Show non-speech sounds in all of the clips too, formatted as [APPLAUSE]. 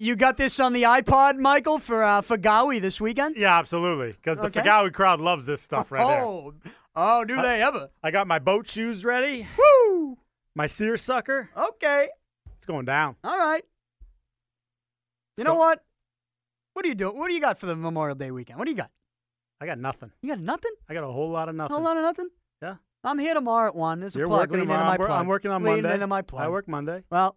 You got this on the iPod, Michael, for uh, Fagawi this weekend? Yeah, absolutely. Because the Okay. Fagawi crowd loves this stuff right there. oh, oh, do they ever? I got my boat shoes ready, Woo! my seersucker. Okay, It's going down. all right. You know go. what? What do you do? What do you got for the Memorial Day weekend? What do you got? I got nothing. You got nothing? I got a whole lot of A nothing. whole lot of nothing? Yeah. I'm here tomorrow at one. There's a You're plug working leading tomorrow. into my I'm, wor- plug. I'm working on leading Monday. into my plug. I work Monday. Well,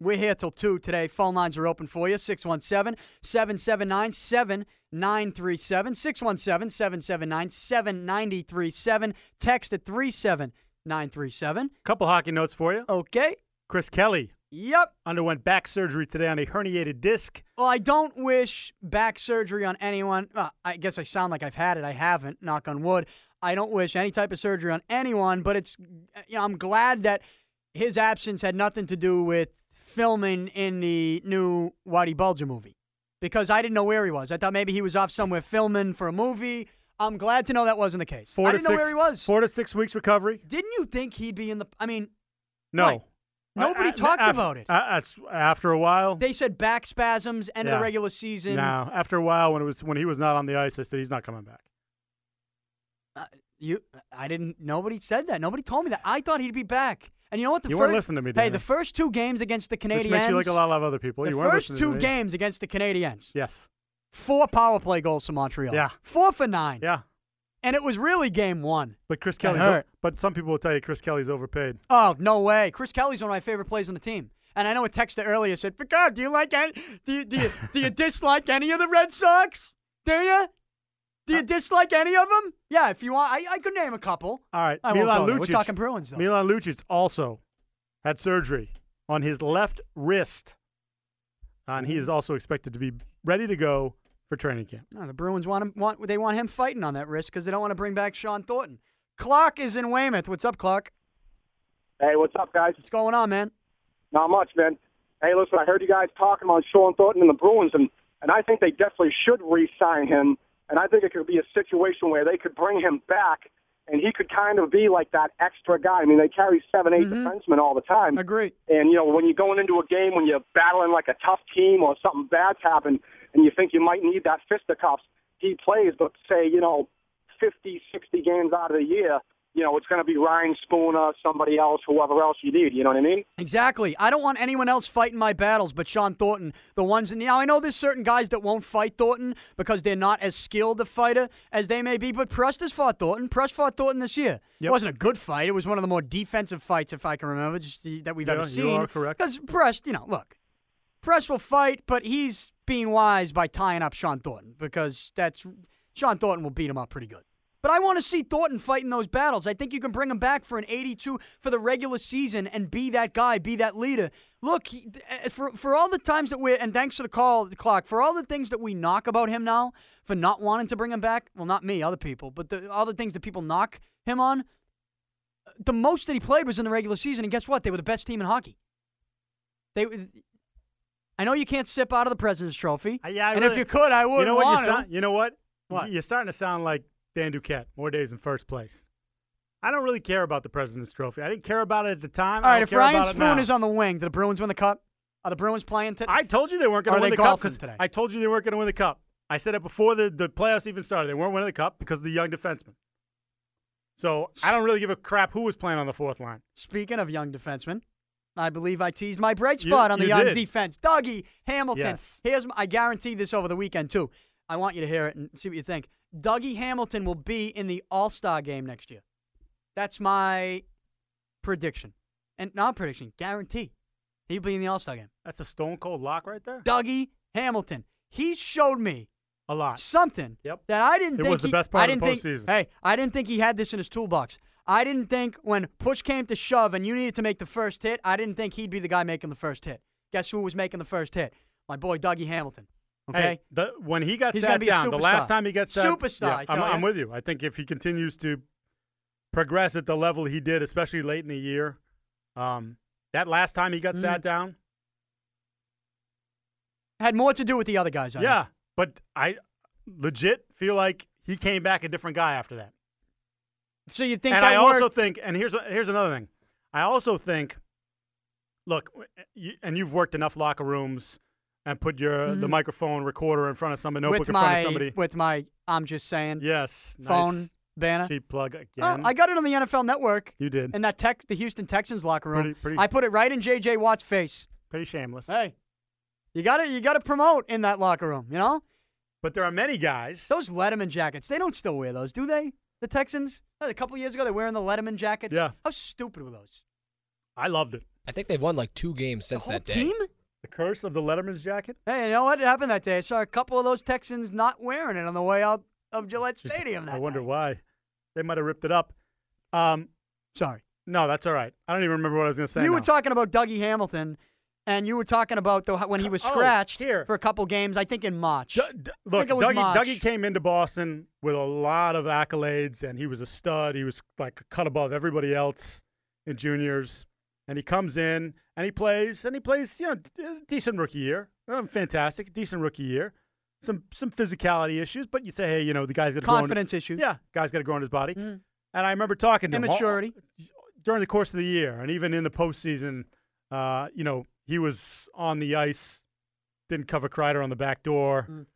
we're here till 2 today. Phone lines are open for you 617 779 7937. 617 779 7937. Text at 37937. Couple hockey notes for you. Okay. Chris Kelly Yep. underwent back surgery today on a herniated disc. Well, I don't wish back surgery on anyone. Uh, I guess I sound like I've had it. I haven't, knock on wood. I don't wish any type of surgery on anyone, but it's, you know, I'm glad that his absence had nothing to do with filming in the new Waddy Bulger movie because I didn't know where he was. I thought maybe he was off somewhere filming for a movie. I'm glad to know that wasn't the case. Four I to didn't six. know where he was. Four to six weeks recovery. didn't you think he'd be in the. I mean, No. Right. nobody I- I- talked af- about it. I- that's- after a while. they said back spasms, end of Yeah. the regular season. no. After a while, when it was when he was not on the ice, I said he's not coming back. You, I didn't. Nobody said that. Nobody told me that. I thought he'd be back. And you know what? The You first, weren't listening to me, Hey, Danny. the first two games against the Canadians. Which makes you like a lot of other people. The you weren't first listening two to me. games against the Canadians. Yes. Four power play goals to Montreal. Yeah. Four for nine. Yeah. And it was really game one. But Chris That Kelly's. hurt. but some people will tell you Chris Kelly's overpaid. Oh no way! Chris Kelly's one of my favorite plays on the team. And I know a texter earlier said, "Picard, do you like any? Do you do you, do you dislike any of the Red Sox? Do you? Do Uh, you dislike any of them? Yeah, if you want, I, I could name a couple. All right. I won't Milan go there. We're Lucic. talking Bruins though. Milan Lucic also had surgery on his left wrist, and he is also expected to be ready to go for training camp. No, the Bruins want him. Want they want him fighting on that wrist because they don't want to bring back Sean Thornton. Clark is in Weymouth. What's up, Clark? Hey, what's up, guys? What's going on, man? Not much, man. Hey, listen, I heard you guys talking about Sean Thornton and the Bruins, and, and I think they definitely should re-sign him. And I think it could be a situation where they could bring him back, and he could kind of be like that extra guy. I mean, they carry seven, eight defensemen all the time. Agree. And you know, when you're going into a game when you're battling like a tough team or something bad's happened, and you think you might need that fisticuffs, he plays. But say you know, 50, 60 games out of the year, you know, it's going to be Ryan Spooner, somebody else, whoever else you need. You know what I mean? Exactly. I don't want anyone else fighting my battles but Sean Thornton. The ones that now I know there's certain guys that won't fight Thornton because they're not as skilled a fighter as they may be. But Prest has fought Thornton. Prest fought Thornton this year. It Yep. wasn't a good fight. It was one of the more defensive fights, if I can remember, just the, that we've Yeah, ever you seen. are correct. Because Prest, you know, look, Press will fight, but he's being wise by tying up Sean Thornton because that's Sean Thornton will beat him up pretty good. But I want to see Thornton fighting those battles. I think you can bring him back for an 82 for the regular season and be that guy, be that leader. Look, he, eh, for for all the times that we're and thanks for the call, the clock. For all the things that we knock about him now for not wanting to bring him back. Well, not me, other people, but the, all the things that people knock him on. eh, The most that he played was in the regular season, and guess what? They were the best team in hockey. They eh, I know you can't sip out of the President's Trophy. Uh, yeah, I and if really- you could, I would you know what? want You, him. sound, you know what? What? You're starting to sound like Dan Duquette. More days in first place. I don't really care about the President's Trophy. I didn't care about it at the time. All I right, don't if care Ryan about it now. Spoon is on the wing, do the Bruins win the Cup? Are the Bruins playing today? I told you they weren't going Are to win they the cup golfing today? I told you they weren't going to win the cup. I said it before the, the playoffs even started. They weren't winning the cup because of the young defenseman. So I don't really give a crap who was playing on the fourth line. Speaking of young defensemen, I believe I teased my bright You- spot on the you young did. defense. Dougie Hamilton. Yes. Here's my, I guarantee this over the weekend too. I want you to hear it and see what you think. Dougie Hamilton will be in the All Star game next year. That's my prediction, and not prediction, guarantee. He'll be in the All Star game. That's a stone cold lock right there. Dougie Hamilton. He showed me A lot. something Yep. that I didn't It think was the he- best part I of the didn't think, postseason. Hey, I didn't think he had this in his toolbox. I didn't think when push came to shove and you needed to make the first hit, I didn't think he'd be the guy making the first hit. Guess who was making the first hit? My boy Dougie Hamilton. Okay. Hey, the, when he got He's gonna sat be a down, the superstar. last time he got sat, Superstar, I I'm, tell ya. I'm with you. I think if he continues to progress at the level he did, especially late in the year, um, that last time he got Mm. sat down, Had more to do with the other guys. I yeah. But I legit feel like he came back a different guy after that. think. So you think and that I also worked? think, and here's here's another thing. I also think, look, you, and you've worked enough locker rooms and put your the microphone recorder in front of somebody, Mm-hmm. with notebook in my front of somebody. with my I'm just saying Yes, phone nice. banner. cheap plug again. Oh, I got it on the NFL Network you did. in that tech the Houston Texans locker room. Pretty- pretty- I put it right in JJ Watt's face. Pretty shameless. Hey, you got to you got to promote in that locker room. You know But there are many guys. those Letterman jackets. They don't still wear those, do they? The Texans. Oh, A couple years ago, they were wearing the Letterman jackets. Yeah. How stupid were those? I loved it. I think they've won like two games The since whole that day. team. The curse of the Letterman's jacket. Hey, you know what happened that day? I saw a couple of those Texans not wearing it on the way out of Gillette Stadium. That I wonder night. why. They might have ripped it up. Um, Sorry. no, that's all right. I don't even remember what I was going to say. you were now. talking about Dougie Hamilton, and you were talking about the, when he was Oh, scratched here. for a couple games. I think in March. D- d- look, it was Dougie, March. Dougie came into Boston with a lot of accolades, and he was a stud. He was like cut above everybody else in juniors. And he comes in and he plays, and he plays, you know, d- a decent rookie year. Um, fantastic, decent rookie year. Some some physicality issues, but you say, hey, you know, the guy's got to grow. into- Confidence issues. Yeah, guy's got to grow in his body. Mhm. And I remember talking to him all- Immaturity. during the course of the year, and even in the postseason, uh, you know, he was on the ice, didn't cover Kreider on the back door. Mm.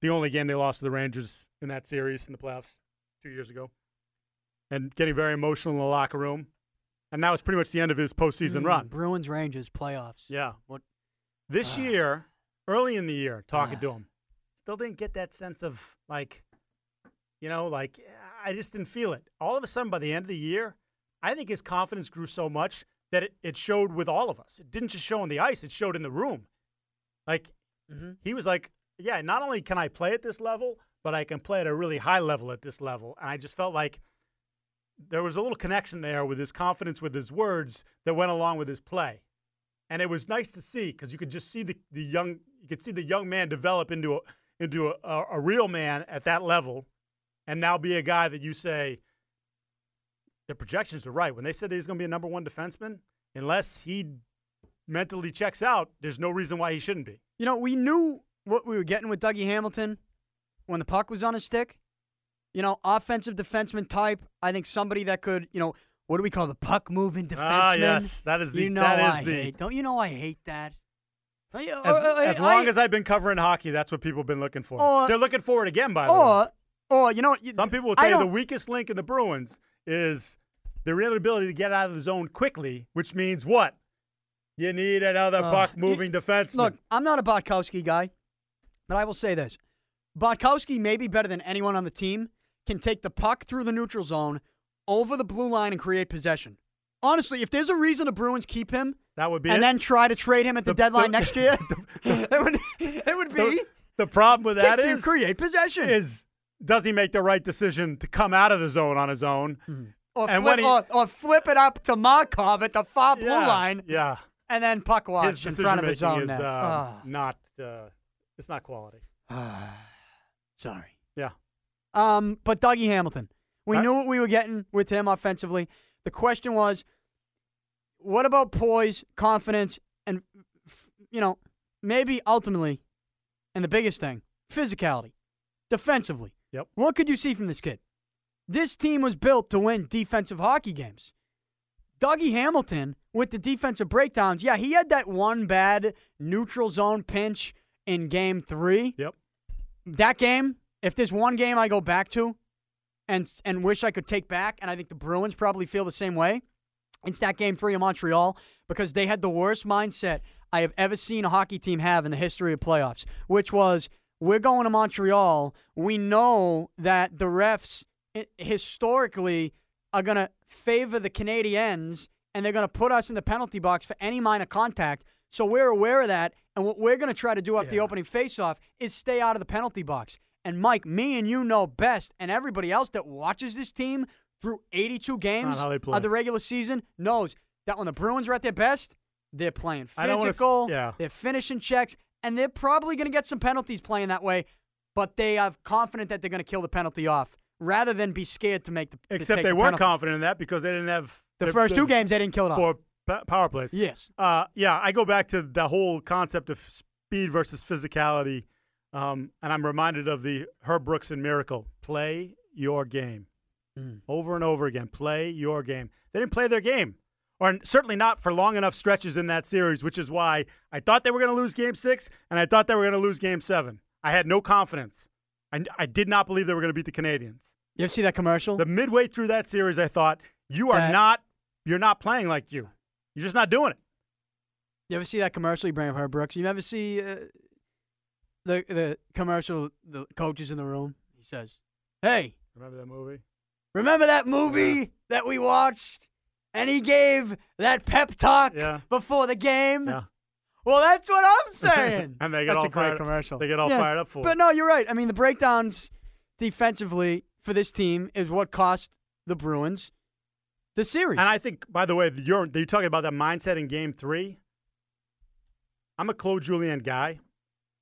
The only game they lost to the Rangers in that series in the playoffs two years ago, and getting very emotional in the locker room, and that was pretty much the end of his postseason Mm, run. Bruins Rangers playoffs. Yeah. What- This Ah. year, early in the year, talking Ah. to him, still didn't get that sense of like, you know, like I just didn't feel it. All of a sudden, by the end of the year, I think his confidence grew so much that it, it showed with all of us. It didn't just show on the ice; it showed in the room. Like Mhm. he was like, yeah, not only can I play at this level, but I can play at a really high level at this level. And I just felt like there was a little connection there with his confidence with his words that went along with his play. And it was nice to see because you could just see the, the young you could see the young man develop into a into a, a, a real man at that level and now be a guy that you say the projections were right. When they said that he's gonna be a number one defenseman, unless he mentally checks out, there's no reason why he shouldn't be. You know, we knew what we were getting with Dougie Hamilton when the puck was on his stick. You know, offensive defenseman type. I think somebody that could, you know, what do we call the puck moving defenseman? Ah, yes. That is the- You know, that is I the- hate. Don't you know I hate that? Don't you- As, or, uh, as long as I've been covering hockey, that's what people have been looking for. Or- They're looking for it again, by the way. or, or you know, what, you- Some people will I tell you the don't- weakest link in the Bruins is their inability to get out of the zone quickly, which means what? You need another Uh, puck moving defenseman. Look, I'm not a Botkowski guy, but I will say this. Botkowski, maybe better than anyone on the team, can take the puck through the neutral zone, over the blue line, and create possession. Honestly, if there's a reason the Bruins keep him that would be and it. then try to trade him at the, The- deadline the- [LAUGHS] next year, it, would, it would be the, the problem with that "Tick, you is, create possession. is does he make the right decision to come out of the zone on his own? or, and flip, when he- or, or flip it up to Markov at the far blue yeah, line Yeah. and then puck His watch in decision front of making his own. is net. uh, Ah. not uh, it's not quality. [SIGHS] Sorry. Yeah. Um, but Dougie Hamilton, we Huh? knew what we were getting with him offensively. The question was, what about poise, confidence, and f- you know, maybe ultimately, and the biggest thing, physicality, defensively. Yep. What could you see from this kid? This team was built to win defensive hockey games. Dougie Hamilton with the defensive breakdowns. Yeah, he had that one bad neutral zone pinch in game three Yep. that game, if there's one game I go back to and and wish I could take back, and I think the Bruins probably feel the same way, it's that game three in Montreal because they had the worst mindset I have ever seen a hockey team have in the history of playoffs, which was we're going to Montreal. We know that the refs i- historically are going to favor the Canadiens and they're going to put us in the penalty box for any minor contact. So we're aware of that. And what we're going to try to do after the Yeah. opening faceoff is stay out of the penalty box. And Mike, me and you know best, and everybody else that watches this team through 82 games how they play. of the regular season knows that when the Bruins are at their best, they're playing I don't wanna s- physical, yeah. they're finishing checks, and they're probably going to get some penalties playing that way. But they are confident that they're going to kill the penalty off rather than be scared to make the to Except take they the weren't penalty. confident in that because they didn't have The first two games, they didn't kill it off. for pa- power plays. Yes. Uh, yeah, I go back to the whole concept of speed versus physicality, um, and I'm reminded of the Herb Brooks and Miracle. Mm. Play your game. Over and over again. Play your game. They didn't play their game. or certainly not for long enough stretches in that series, which is why I thought they were going to lose game six and I thought they were going to lose game seven. I had no confidence. I, I did not believe they were going to beat the Canadians. You ever see that commercial? The midway through that series, I thought, you are That- not, you're not playing like you. You're just not doing it. You ever see that commercial? You bring up her Brooks. You ever see uh, the the commercial? The coach is in the room. He says, "Hey, Remember that movie? remember that movie that we watched?" And he gave that pep talk Yeah. before the game. Yeah. Well, that's what [LAUGHS] I'm saying. And they get that's all a great fired up- commercial. they get all fired up for But it. no, you're right. I mean, the breakdowns defensively for this team is what cost the Bruins the series. And I think, by the way, you're, you're talking about that mindset in game three. I'm a Claude Julien guy.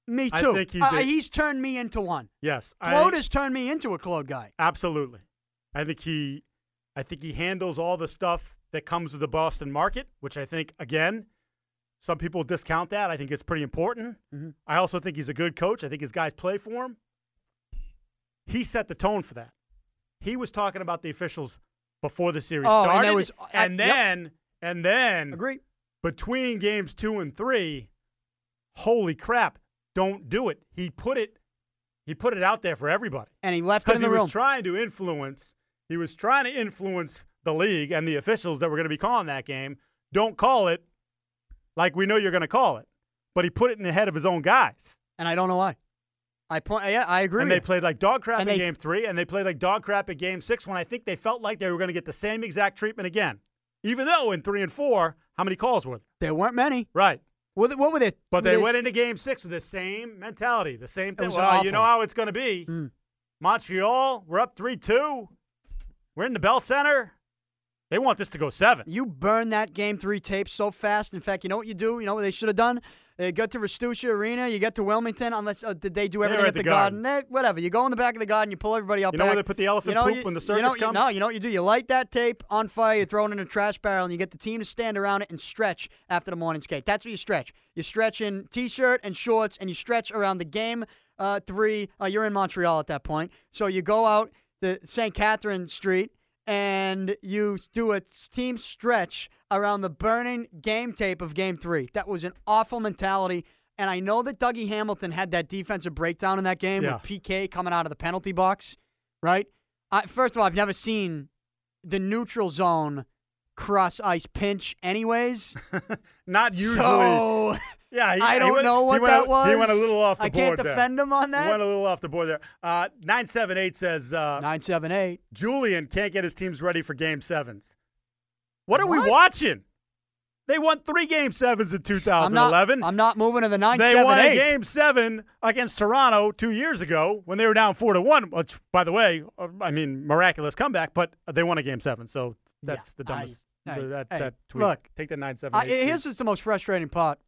me too. I think he's I- a- he's turned me into one. Yes. I- Claude has turned me into a Claude guy. Absolutely. I think he I think he handles all the stuff that comes with the Boston market, which I think again, some people discount that. I think it's pretty important. Mhm. I also think he's a good coach. I think his guys play for him. He set the tone for that. He was talking about the officials before the series Oh, and that started. was- I- and yep. then and then Agree. between games two and three, holy crap, don't do it. He put it he put it out there for everybody. And he left it Because in he the room. was trying to influence, he was trying to influence the league and the officials that were going to be calling that game. Don't call it like we know you're going to call it. But he put it in the head of his own guys. and I don't know why. I point. Yeah, I agree. And with you. they played like dog crap And in they- game three, and they played like dog crap in game six when I think they felt like they were going to get the same exact treatment again. Even though in three and four, how many calls were there? there weren't many. Right. What, what were they? But were they went into game six with the same mentality, the same thing. was Well, you awful. know how it's going to be. Mm. Montreal, we're up 3 2. We're in the Bell Center. They want this to go seven. You burn that game three tape so fast. In fact, you know what you do. You know what they should have done. They got to Restuccia Arena. You get to Wilmington. Unless uh, did they do everything at at the the, garden? Eh, whatever. You go in the back of the garden. You pull everybody up. You know back. where they put the elephant You know, poop you- when the you circus know- you- comes? No, you know what you do. You light that tape on fire. You throw it in a trash barrel, and you get the team to stand around it and stretch after the morning skate. That's what you stretch. You stretch in t-shirt and shorts, and you stretch around the game uh, three. Uh, you're in Montreal at that point, so you go out the St. Catherine Street and you do a team stretch around the burning game tape of Game Three. That was an awful mentality. And I know that Dougie Hamilton had that defensive breakdown in that game Yeah. with PK coming out of the penalty box right? I, first of all, I've never seen the neutral zone cross ice pinch, [LAUGHS] anyways. Not usually. So [LAUGHS] yeah, he- I he don't went- know he what went that a- was. He went a little off the I board. can't there. defend him on He went that. a little off the board there. Uh, 978 says uh, Nine seven eight. Julian can't get his teams ready for game sevens. What are we What? watching? They won three game sevens in I'm not. 2011. I'm not moving to the nine They seven won a eight. game seven against Toronto two years ago when they were down four to one. Which, by the way, uh, I mean miraculous comeback, but they won a game seven. So Yeah, that's the I- dumbest. hey, that, hey, that tweet. look, take that nine seven. I, here's what's the most frustrating part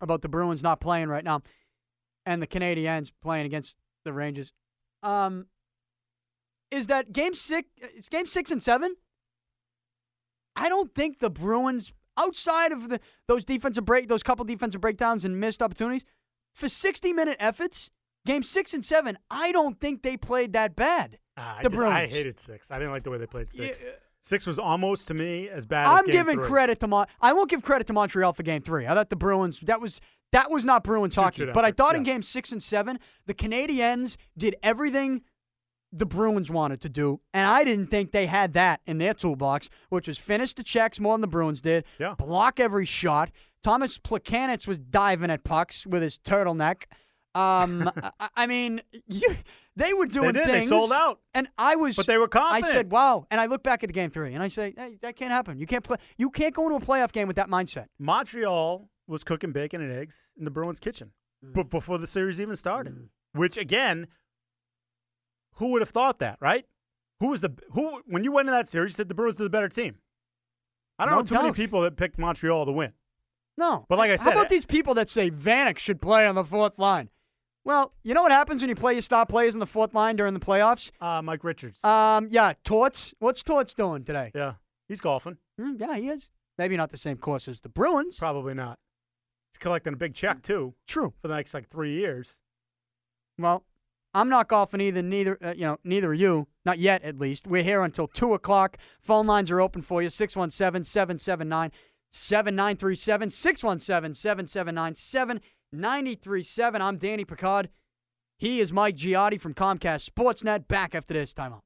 about the Bruins not playing right now, and the Canadiens playing against the Rangers. Um, is that game six? It's game six and seven. I don't think the Bruins, outside of the, those defensive break, those couple defensive breakdowns and missed opportunities, for sixty minute efforts, game six and seven, I don't think they played that bad. Ah, I the just- I Bruins. hated six. I didn't like the way they played six. Yeah. Six was almost to me as bad. as I'm game giving three. credit to Mon- I won't give credit to Montreal for Game Three. I thought the Bruins that was that was not Bruins hockey, good but I effort, thought in yes. Game Six and Seven the Canadiens did everything the Bruins wanted to do, and I didn't think they had that in their toolbox, which was finish the checks more than the Bruins did, Yeah. block every shot. Thomas Placanitz was diving at pucks with his turtleneck. Um, [LAUGHS] I, I mean, you, they were doing did. They things. sold out. and I was. But they were confident. I said, "Wow!" And I look back at the game three, and I say, hey, "That can't happen. You can't play. You can't go into a playoff game with that mindset." Montreal was cooking bacon and eggs in the Bruins' kitchen Mm. b- before the series even started. Which again, who would have thought that, right? Who was the who when you went in that series said the Bruins were the better team? I don't No know too many doubt. people that picked Montreal to win. No. But like I how said, eh about I- these people that say Vanek should play on the fourth line? Well, you know what happens when you play your star players on the fourth line during the playoffs? Uh, Mike Richards. Um, yeah, Torts. What's Torts doing today? yeah, he's golfing. Hmm, yeah, he is. Maybe not the same course as the Bruins. Probably not. Mm. He's collecting a big check too True. for the next like three years. Well, I'm not golfing either. Neither uh, you know, neither are you. Not yet, at least. We're here until two o'clock. Phone lines are open for you: 617-779-7937, 617-779-7937. I'm Danny Picard. He is Mike Giotti from Comcast Sportsnet. Back after this time out.